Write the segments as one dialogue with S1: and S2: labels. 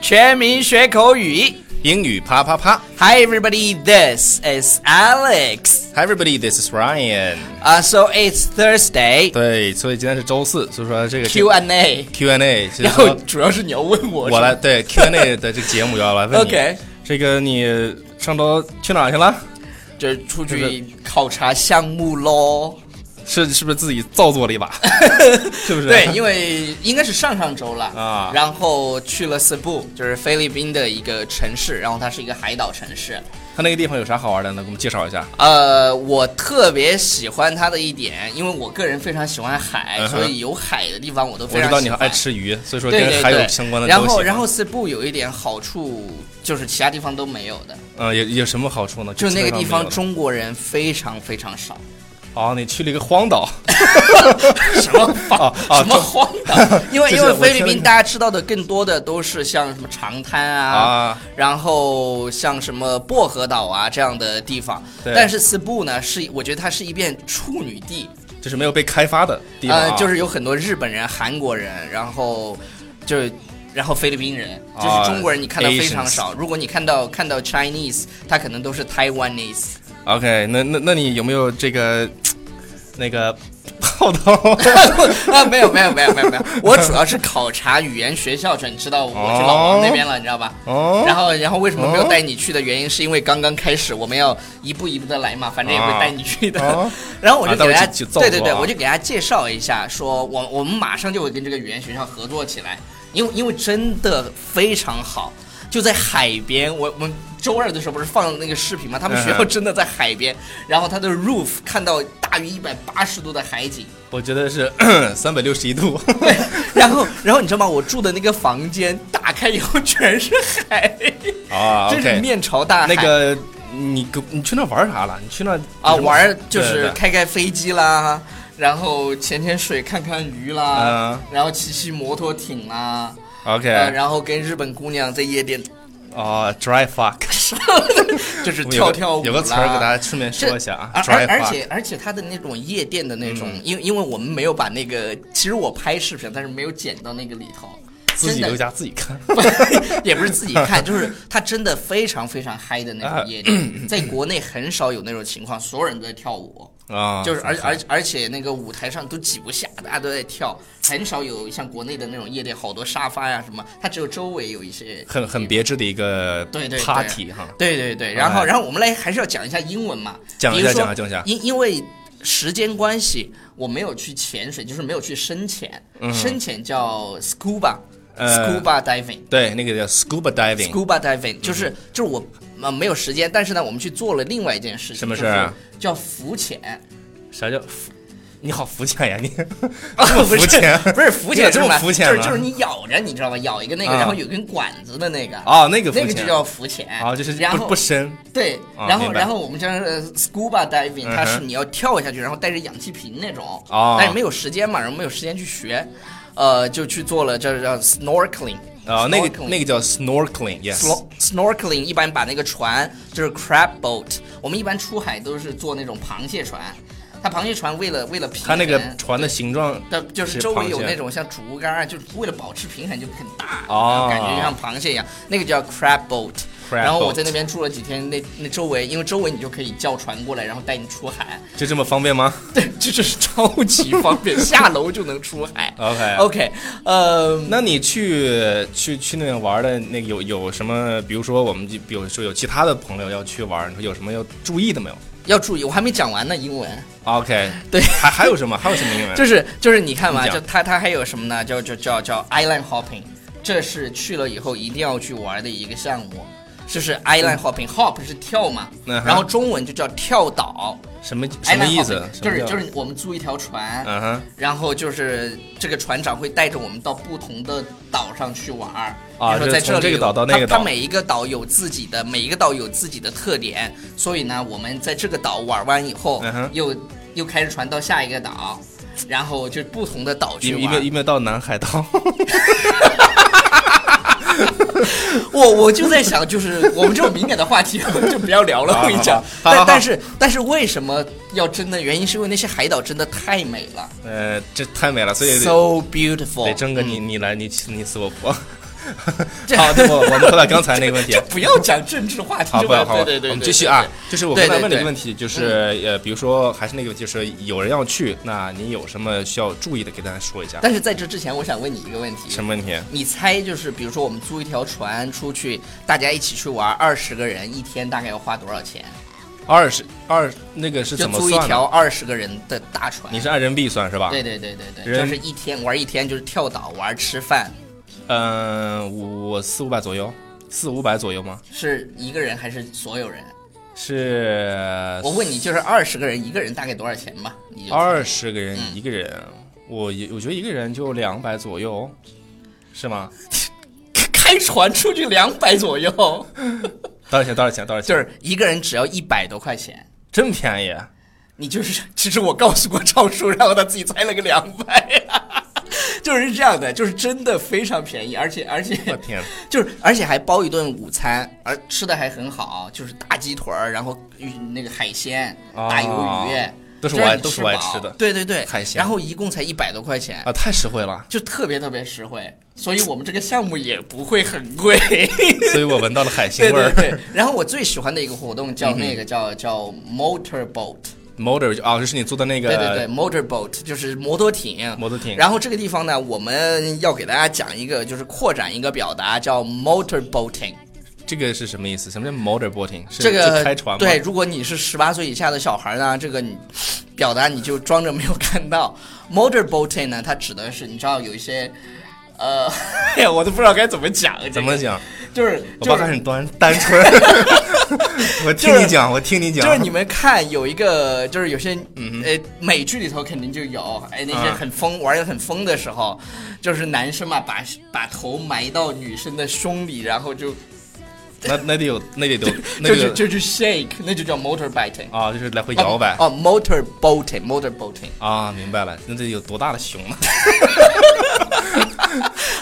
S1: 全民学口语。
S2: 英语啪啪啪
S1: Hi everybody, this is Alex.
S2: ！Hi everybody, this is Ryan。
S1: 啊、so it's Thursday
S2: 对，所以今天是周四，所以说这个
S1: Q&A，
S2: Q&A，就是
S1: 然后
S2: 说
S1: 主要是你要问我，
S2: 我来对 Q&A 的这个节目要来问你
S1: OK
S2: 这个你上周去哪儿去了？
S1: 这出去考察项目喽。
S2: 是是不是自己造作了 一把？ 是不是？
S1: 对，因为应该是上上周了
S2: 啊
S1: 然后去了四布，就是菲律宾的一个城市，然后它是一个海岛城市。
S2: 他那个地方有啥好玩的呢？给我们介绍一下。
S1: 呃，我特别喜欢它的一点，因为我个人非常喜欢海，
S2: 嗯哼
S1: 所以有海的地方我都
S2: 我
S1: 非
S2: 知
S1: 常喜欢。
S2: 道你爱吃鱼，所以说
S1: 对
S2: 跟
S1: 对
S2: 海有
S1: 对
S2: 相关的
S1: 然
S2: 东西。
S1: 后，然后四部有一点好处，就是其他地方都没有的，
S2: 嗯，有有什么好处呢？
S1: 就那个地方
S2: 基本上没有的
S1: 中国人非常非常少。
S2: 哦，你去了一个荒岛，
S1: 什么荒
S2: 啊啊
S1: 什么荒 岛？因为
S2: 就
S1: 因
S2: 是
S1: 为
S2: 我
S1: 菲律
S2: 听了
S1: 宾
S2: 一
S1: 大家知道的更多的都是像什么长滩啊
S2: 啊，
S1: 然后像什么薄荷岛啊这样的地方。
S2: 对
S1: 但是斯布呢，是我觉得它是一片处女地，
S2: 就是没有被开发的地方、啊
S1: 呃，就是有很多日本人、韩国人，然后就然后菲律宾人，就是
S2: 啊
S1: 中国人，你看到非常
S2: Asians
S1: 少。如果你看到看到 Chinese，他可能都是 Taiwanese。
S2: OK，那那那你有没有这个那个泡 汤？
S1: 啊，没有没有没有没有没有，我主要是考察语言学校去，你知道我去老王那边了，你知道吧？
S2: 哦
S1: 然后然后为什么没有
S2: 哦
S1: 带你去的原因，是因为刚刚开始，我们要一步一步的来嘛，反正也会带你去的。
S2: 哦
S1: 然后我就
S2: 啊待
S1: 给
S2: 会
S1: 大家，
S2: 去去造
S1: 对对
S2: 作
S1: 对，
S2: 啊
S1: 我就给大家介绍一下，说我我们马上就会跟这个语言学校合作起来，因为因为真的非常好。就在海边，我我们周二的时候不是放那个视频吗？他们学校
S2: 嗯嗯
S1: 真的在海边，然后他的 roof 看到大于一百八十度的海 景，
S2: 我觉 得是三百六十一度。
S1: 对，然后然后你知道吗？我住的那个房间打开以后全是海，
S2: 啊
S1: 真是
S2: ，OK，
S1: 面朝大海。
S2: 那个你给你去那玩啥了？你去那
S1: 啊，玩儿就
S2: 对
S1: 是
S2: 对
S1: 开开飞机啦，然后潜潜水、看看鱼
S2: 嗯
S1: 啦，然后骑骑摩托艇啦，呃
S2: OK
S1: 然后跟日本姑娘在夜店，
S2: 啊，dry fuck，
S1: 就是
S2: 有
S1: 跳
S2: 个
S1: 跳舞
S2: 有个词儿给大
S1: 啦
S2: 家顺便说一下啊嗯
S1: 而
S2: ，dry
S1: 而
S2: fuck，
S1: 而且而且他的那种夜店的那种，因为因为我们没有把那个，其实我拍视频，但是没有剪到那个里头，
S2: 自己
S1: 真的
S2: 留家自己看。
S1: 也不是自己看，就是他真的非常非常嗨的那种夜 店，在国内很少有那种情况，所有人都在跳舞，
S2: 啊，
S1: 就是而而而且那个舞台上都挤不下，大家都在跳，很少有像国内的那种夜店，好多沙发呀、什么，它只有周围有一些
S2: 很很别致的一个
S1: 对对对
S2: party 哈。
S1: 对对对，然后、
S2: 哎
S1: 然后我们来还是要讲一下英文嘛，
S2: 讲一下
S1: 比如说
S2: 讲一下讲一下
S1: 因因为时间关系，我没有去潜水，就是没有去深潜，深潜叫 scuba、
S2: 嗯呃
S1: scuba diving。
S2: 对，那个叫 scuba diving，嗯
S1: scuba diving，就是就是我呃没有时间，但是呢，我们去做了另外一件事情，
S2: 什么
S1: 就
S2: 事儿啊
S1: 是叫浮潜，
S2: 啥叫浮？你好肤浅 呀你！
S1: 啊
S2: 这么浮浅
S1: 不是不是浮
S2: 你咋
S1: 潜，
S2: 这么
S1: 是吧
S2: 肤浅
S1: 就
S2: 呢
S1: 是就是你咬着，你知道吧？咬一个那个，
S2: 啊
S1: 然后有根管子的那个，
S2: 哦，那个肤
S1: 那
S2: 浅
S1: 个就叫浮潜
S2: 啊，就是
S1: 然后
S2: 不不深
S1: 对，
S2: 啊
S1: 然后
S2: 明白
S1: 然后我们叫呃 scuba diving，
S2: 嗯哼
S1: 它是你要跳下去，然后带着氧气瓶那种，
S2: 哦
S1: 但是没有时间嘛，然后没有时间去学，呃，就去做了这叫 snorkeling，
S2: 啊，那个
S1: snorkeling
S2: 那个叫 snorkeling，yes，
S1: Snor- snorkeling 一般把那个船就是 crab boat，我们一般出海都是坐那种螃蟹船，它螃蟹船为了为了平衡，
S2: 它那个船的形状
S1: 它就是周围有那
S2: 种
S1: 种像竹竿啊，就是为了保持平衡就很大，
S2: 哦
S1: 啊感觉像螃蟹一样，那个叫 crab boat。
S2: Crab
S1: 然后我
S2: boat
S1: 在那边住了几天，那那周围，因为周围你就可以叫船过来，然后带你出海，
S2: 就这么方便吗？
S1: 对，这就是 超级方 便，下楼就能出海。
S2: OK
S1: OK，呃，
S2: 那你去去去那边玩的那个有有什么？比如说我们就比如说有其他的朋友要去玩，你说有什么要注意的没有啊
S1: 要注意，我还没讲完呢，英文。
S2: ？OK，
S1: 对
S2: 还还有什么？还有什么英文？
S1: 就是就是你看嘛，
S2: 嗯你讲
S1: 就它它还有什么呢？叫叫叫叫 island hopping，这是去了以后一定要去玩的一个项目，就是 island hopping，hop、是跳嘛，
S2: 嗯哼
S1: 然后中文就叫跳岛，
S2: 什么什么
S1: island
S2: 意思
S1: hopping，？就是
S2: 什么叫
S1: 就是我们租一条船。
S2: 嗯哼，
S1: 然后就是这个船长会带着我们到不同的岛上去玩儿，
S2: 啊
S1: 比如说在
S2: 就是
S1: 里
S2: 从这个岛到
S1: 它
S2: 那个岛
S1: 它每一个岛有自己的每一个岛有自己的特点，所以呢，我们在这个岛玩完以后，
S2: 嗯哼
S1: 又又开着船到下一个岛，然后就不同的岛
S2: 有
S1: 去
S2: 有没有
S1: 玩。
S2: 有没有到南海岛？
S1: 我我就在想，就是我们这种敏感的话题就不要聊 了，
S2: 好
S1: 我跟你讲。
S2: 啊好好
S1: 但
S2: 好
S1: 但是但是为什么要真的原因是因为那些海岛真的太美了
S2: 呃，这太美了，所以得
S1: 哦，so beautiful， 嗯
S2: 得征个你你来你你死我活。
S1: 这
S2: 好，那我我们回到刚才那个问 题
S1: 就，不要讲政治话题
S2: 好，
S1: 就
S2: 不要
S1: 完，
S2: 好，
S1: 对对对，
S2: 我们
S1: 对
S2: 继续
S1: 对
S2: 啊
S1: 对。
S2: 就是我
S1: 对
S2: 刚才
S1: 对
S2: 问
S1: 对
S2: 的一
S1: 嗯
S2: 个问题，就是呃，比如说还是那个，就是有人要去，那你有什么需要注意的，给大家说一下。
S1: 但是在这之前，我想问你一个问题，
S2: 什么问题？
S1: 你猜就是，比如说我们租一条船出去，大家一起去玩，二十个人一天大概要花多少钱？
S2: 二十二那个是
S1: 就
S2: 怎么
S1: 租一
S2: 算
S1: 条
S2: 的？
S1: 二十个人的大船。
S2: 你是按人币算是吧？
S1: 对对对对对，
S2: 人
S1: 就是一天玩一天，就是跳岛玩吃饭，
S2: 嗯，我四五百左右，四五百左右吗？
S1: 是一个人还是所有人？
S2: 呃是
S1: 我问你，就是二十个人，一个人大概多少钱吧？你就
S2: 二十个人
S1: 嗯
S2: 一个人，我一我觉得一个人就两百左右，是吗？
S1: 开船出去两百左右，
S2: 多少钱？多少钱？多少钱？
S1: 就是一个人只要一百多块钱。
S2: 真便宜。啊
S1: 你就是，其实我告诉过赵叔，然后他自己猜了个两百， 就是这样的，就是真的非常便宜，而且而且
S2: 我天，
S1: 就是而且还包一顿午餐，而吃的还很好，就是大鸡腿儿，然后鱼那个海鲜、
S2: 哦
S1: 大鱿鱼，
S2: 都是
S1: 这让
S2: 我爱
S1: 你
S2: 都是我爱
S1: 饱
S2: 吃的
S1: 对对对，
S2: 海鲜
S1: 然后一共才一百多块钱。
S2: 啊，太实惠了。
S1: 就特别特别实惠，所以我们这个项目也不会很贵。
S2: 所以我闻到了海腥
S1: 对对
S2: 味儿。嗯
S1: 对。然后我最喜欢的一个活动叫那个叫叫 motor boat，
S2: motor 就啊，就是你坐的那个
S1: 对对对，motor boat 就是摩托艇。
S2: 摩托艇，
S1: 然后这个地方呢，我们要给大家讲一个，就是扩展一个表达，叫 motor boating。
S2: 这个是什么意思？什么叫 motor boating？是
S1: 这个
S2: 是开船吗？
S1: 对，，如果你是十八岁以下的小孩呢，这个你表达你就装着没有看到。motor boating 呢，它指的是你知道有一些，呃， 哎呀，我都不知道该怎么讲，这个
S2: 怎么讲？
S1: 就是
S2: 我
S1: 就
S2: 爸开
S1: 是
S2: 始端单 纯。我听你讲，我听你讲，
S1: 就是你们看有一个，就是有些呃美剧里头肯定就有，哎，那些
S2: 嗯啊
S1: 很疯、玩的很疯的时候，就是男生嘛，把把头埋到女生的胸里，然后就
S2: 那那得有那得有那
S1: 就就
S2: 个
S1: 就去 shake，那就叫 motor biting，
S2: 啊，就是来回摇摆
S1: 哦，motor 哦 boating，motor boating。
S2: 啊，明白了，那得有多大的啊胸呢？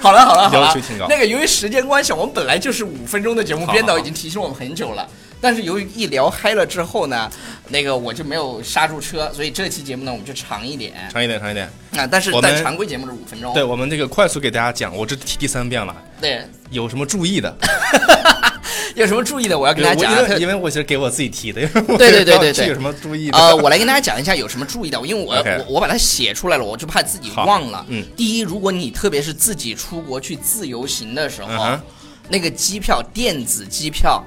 S1: 好了好了好了
S2: 要求挺高，
S1: 那个由于时间关系，我们本来就是五分钟的节目，
S2: 好
S1: 编导已经提醒我们很久了。但是由于一聊嗨了之后呢，那个我就没有刹住车，所以这期节目呢我们就长一点
S2: 长一点，长一点。
S1: 啊。但是
S2: 我们
S1: 但常规节目是五分钟，
S2: 对我们这个快速给大家讲，我这提第三遍了，
S1: 对
S2: 有什么注意的？
S1: 有什么注意的我要跟大家讲啊。
S2: 我因为
S1: 特
S2: 因为我是给我自己提的，因为我
S1: 对对对对
S2: 不知道
S1: 对
S2: 这有什么注意的？
S1: 呃，我来跟大家讲一下有什么注意的，因为我
S2: OK
S1: 我我把它写出来了，我就怕自己
S2: 好
S1: 忘了。
S2: 嗯，
S1: 第一，如果你特别是自己出国去自由行的时候，
S2: 嗯哼
S1: 那个机票电子机票。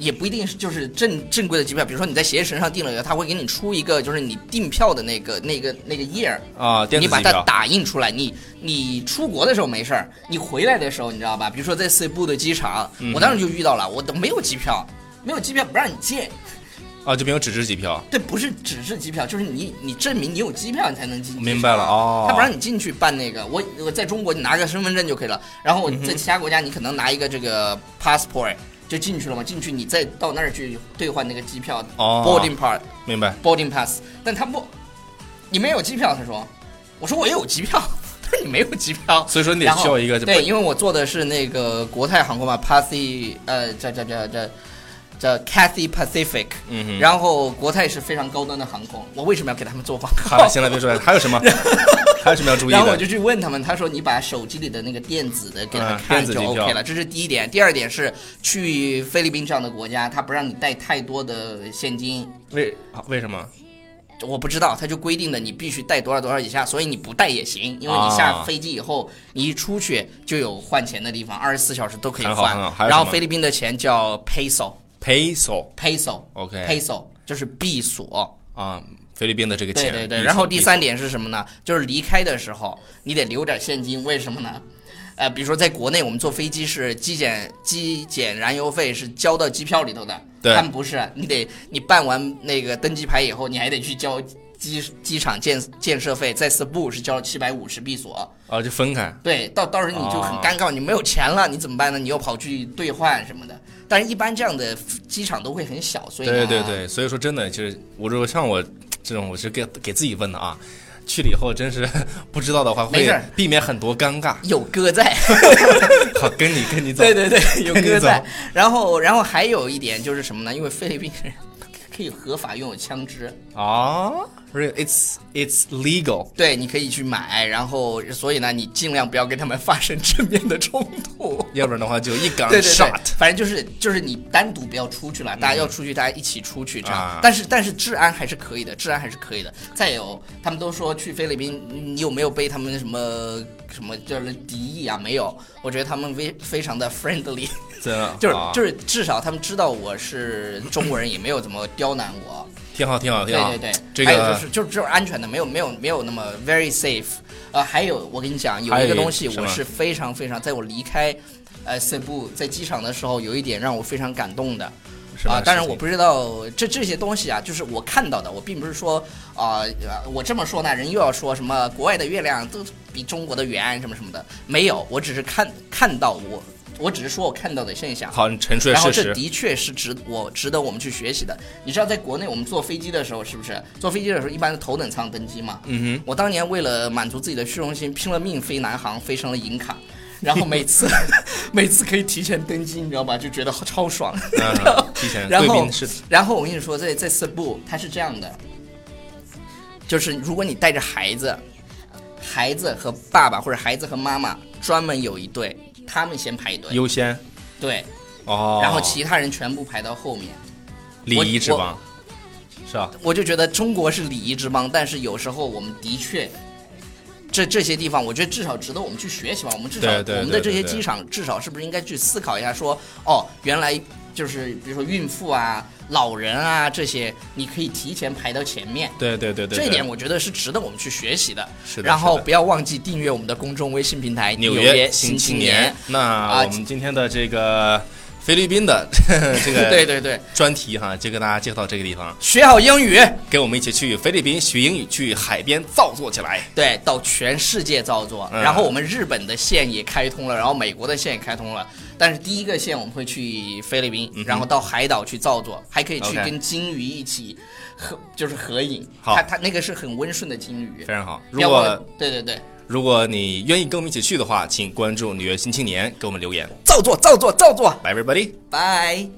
S1: 也不一定是就是正正规的机票，比如说你在携程上订了以后，他会给你出一个就是你订票的那个那个那个页儿，
S2: 啊，电
S1: 你
S2: 子
S1: 把
S2: 机
S1: 它
S2: 票
S1: 打印出来，你你出国的时候没事儿，你回来的时候你知道吧？比如说在 C 部的机场，
S2: 嗯
S1: 我当时就遇到了，我都没有机票，没有机票不让你借，
S2: 啊，就没有纸质机票。
S1: 对，不是只是机票，就是你你证明你有机票，你才能进去。
S2: 明白了哦
S1: 他不让你进去办那个，我我在中国你拿个身份证就可以了，然后
S2: 嗯
S1: 在其他国家你可能拿一个这个 passport 就进去了嘛，进去你再到那儿去兑换那个机票、
S2: 哦
S1: boarding pass
S2: 明白，
S1: boarding pass，但他不，你没有机票，他说，我说我有机票， 他说你没有机票，
S2: 所以说你得
S1: 然后
S2: 需要一个
S1: 对，因为我坐的是那个国泰航空嘛，Paci 呃叫叫叫叫叫 Cathay Pacific，
S2: 嗯哼
S1: 然后国泰是非常高端的航空，我为什么要给他们做广
S2: 好了，
S1: 告？
S2: 行了，别说了，还有什么？ 还有什么要注意
S1: 然后我
S2: 的？
S1: 就去问他们，他说你把手机里的那个电子的给他
S2: 嗯
S1: 看
S2: 电子
S1: 就
S2: 机票
S1: OK 了，这是第一点。第二点是去菲律宾这样的国家，他不让你带太多的现金，
S2: 为啊为什么？
S1: 我不知道，他就规定的你必须带多少多少以下，所以你不带也行，因为你下飞机以后，你一出去就有换钱的地方，二十四小时都可以
S2: 很好
S1: 换
S2: 很好还。有
S1: 然后
S2: 什么
S1: 菲律宾的钱叫 peso，peso，peso
S2: peso OK
S1: peso 就是币索。
S2: 啊，菲律宾的这个
S1: 对
S2: 钱。
S1: 对
S2: 一
S1: 对，
S2: 手
S1: 然后第三点是什么呢？就是离开的时候你得留点现金，为什么呢？呃，比如说在国内我们坐飞机是机检机检燃油费是交到机票里头的，
S2: 对
S1: 他们不是，你得你办完那个登机牌以后，你还得去交机机场建建设费，在 Cebu 是交七百五十币索，
S2: 啊就分开。
S1: 对，到到时候你就很
S2: 哦
S1: 尴尬，你没有钱了，你怎么办呢？你又跑去兑换什么的，但是一般这样的机场都会很小，所以
S2: 对
S1: 呢
S2: 对对，所以说真的就是，我如果像我这种，我是给给自己问的啊。去了以后，真是 不知道的话，
S1: 没
S2: 会
S1: 事儿
S2: 避免很多 尴尬。
S1: 有哥在。
S2: 好，跟你 跟你走
S1: 对对对，有
S2: 跟你
S1: 歌
S2: 走
S1: 在。然后，然后还有一点就是什么呢？因为菲律宾人， 可以合法拥有枪支，
S2: 啊，it's it's legal。
S1: 对，你可以去买，然后所以呢，你尽量不要跟他们发生正面的冲 突。
S2: 要不然的话就一杆
S1: 对对对
S2: shot，，嗯
S1: 反正就是就是你单独不要出去了，大家要出去，大家一起出去这样
S2: 啊。
S1: 但是但是治安还是可以的，治安还是可以的。再有，他们都说去菲律宾，你有没有被他们什么什么就是敌意啊？没有，我觉得他们非非常的 friendly，
S2: 真的
S1: 就是
S2: 啊
S1: 就是至少他们知道我是中国人，也没有怎么刁难我。
S2: 挺好，挺好，
S1: 对
S2: 挺好。
S1: 对对，
S2: 哎这
S1: 还有
S2: 个
S1: 就是就是只有安全的，没有没有没有那么 very safe。呃，还有我跟你讲，有
S2: 还有
S1: 一个
S2: 一个
S1: 东西
S2: 什
S1: 我
S2: 么
S1: 是非常非常，在我离开呃塞布在机场的时候，有一点让我非常感动的。
S2: 什么
S1: 啊，当然
S2: 事
S1: 我
S2: 情
S1: 不知道这这些东西啊，就是我看到的，我并不是说啊、呃我这么说呢，人又要说什么国外的月亮都比中国的圆什么什么的，没有，我只是看看到我，我只是说我看到的现象。
S2: 好，你陈述
S1: 然后
S2: 事
S1: 这
S2: 实。
S1: 的确是值我值得我们去学习的。你知道，在国内我们坐飞机的时候，是不是坐飞机的时候一般是头等舱登机嘛？
S2: 嗯哼，
S1: 我当年为了满足自己的虚荣心，拼了命飞南航，飞成了银卡。然后每次， 每次可以提前登机，你知道吧？就觉得超爽。
S2: 嗯，提 前
S1: 然
S2: 贵
S1: 后
S2: 宾是，
S1: 然后我跟你说，在在四部它是这样的，就是如果你带着孩子，孩子和爸爸或者孩子和妈妈专门有一对，他们先排队，
S2: 优先
S1: 对，
S2: 哦，
S1: 然后其他人全部排到后面。
S2: 礼
S1: 我
S2: 仪之
S1: 我
S2: 邦是吧？
S1: 我就觉得中国是礼仪之邦，但是有时候我们的确，这这些地方，我觉得至少值得我们去学习吧。我们至少
S2: 对对
S1: 我们在
S2: 对
S1: 这些
S2: 对对
S1: 机场，至少是不是应该去思考一下说，哦，原来就是比如说孕妇啊、老人啊这些，你可以提前排到前面。
S2: 对对对对，
S1: 这一
S2: 对
S1: 点我觉得是值得我们去学习的。
S2: 是的
S1: 然后
S2: 是的
S1: 不要忘记订阅我们的公众微信平台《纽
S2: 纽约
S1: 新
S2: 新青
S1: 年》。。啊
S2: 那我们今天的这个菲律 宾的这个
S1: 对对对，
S2: 专题哈，就跟大家介绍到这个地方，
S1: 学好英语，
S2: 跟我们一起去菲律宾学英语，去海边造作起来。
S1: 对，到全世界造作。
S2: 嗯
S1: 然后我们日本的线也开通了，然后美国的线也开通了。但是第一个线我们会去菲律宾，然后到海岛去造作，还可以去
S2: 嗯 OK
S1: 跟鲸鱼一起合，就是合影。
S2: 好
S1: 它它那个是很温顺的鲸鱼
S2: 非。常好，
S1: 不
S2: 如
S1: 要忘了
S2: 果，
S1: 对对对，
S2: 如果你愿意跟我们一起去的话，请关注《纽约新青年》，给我们留言。
S1: 造作造作造作，
S2: Bye everybody。
S1: 拜。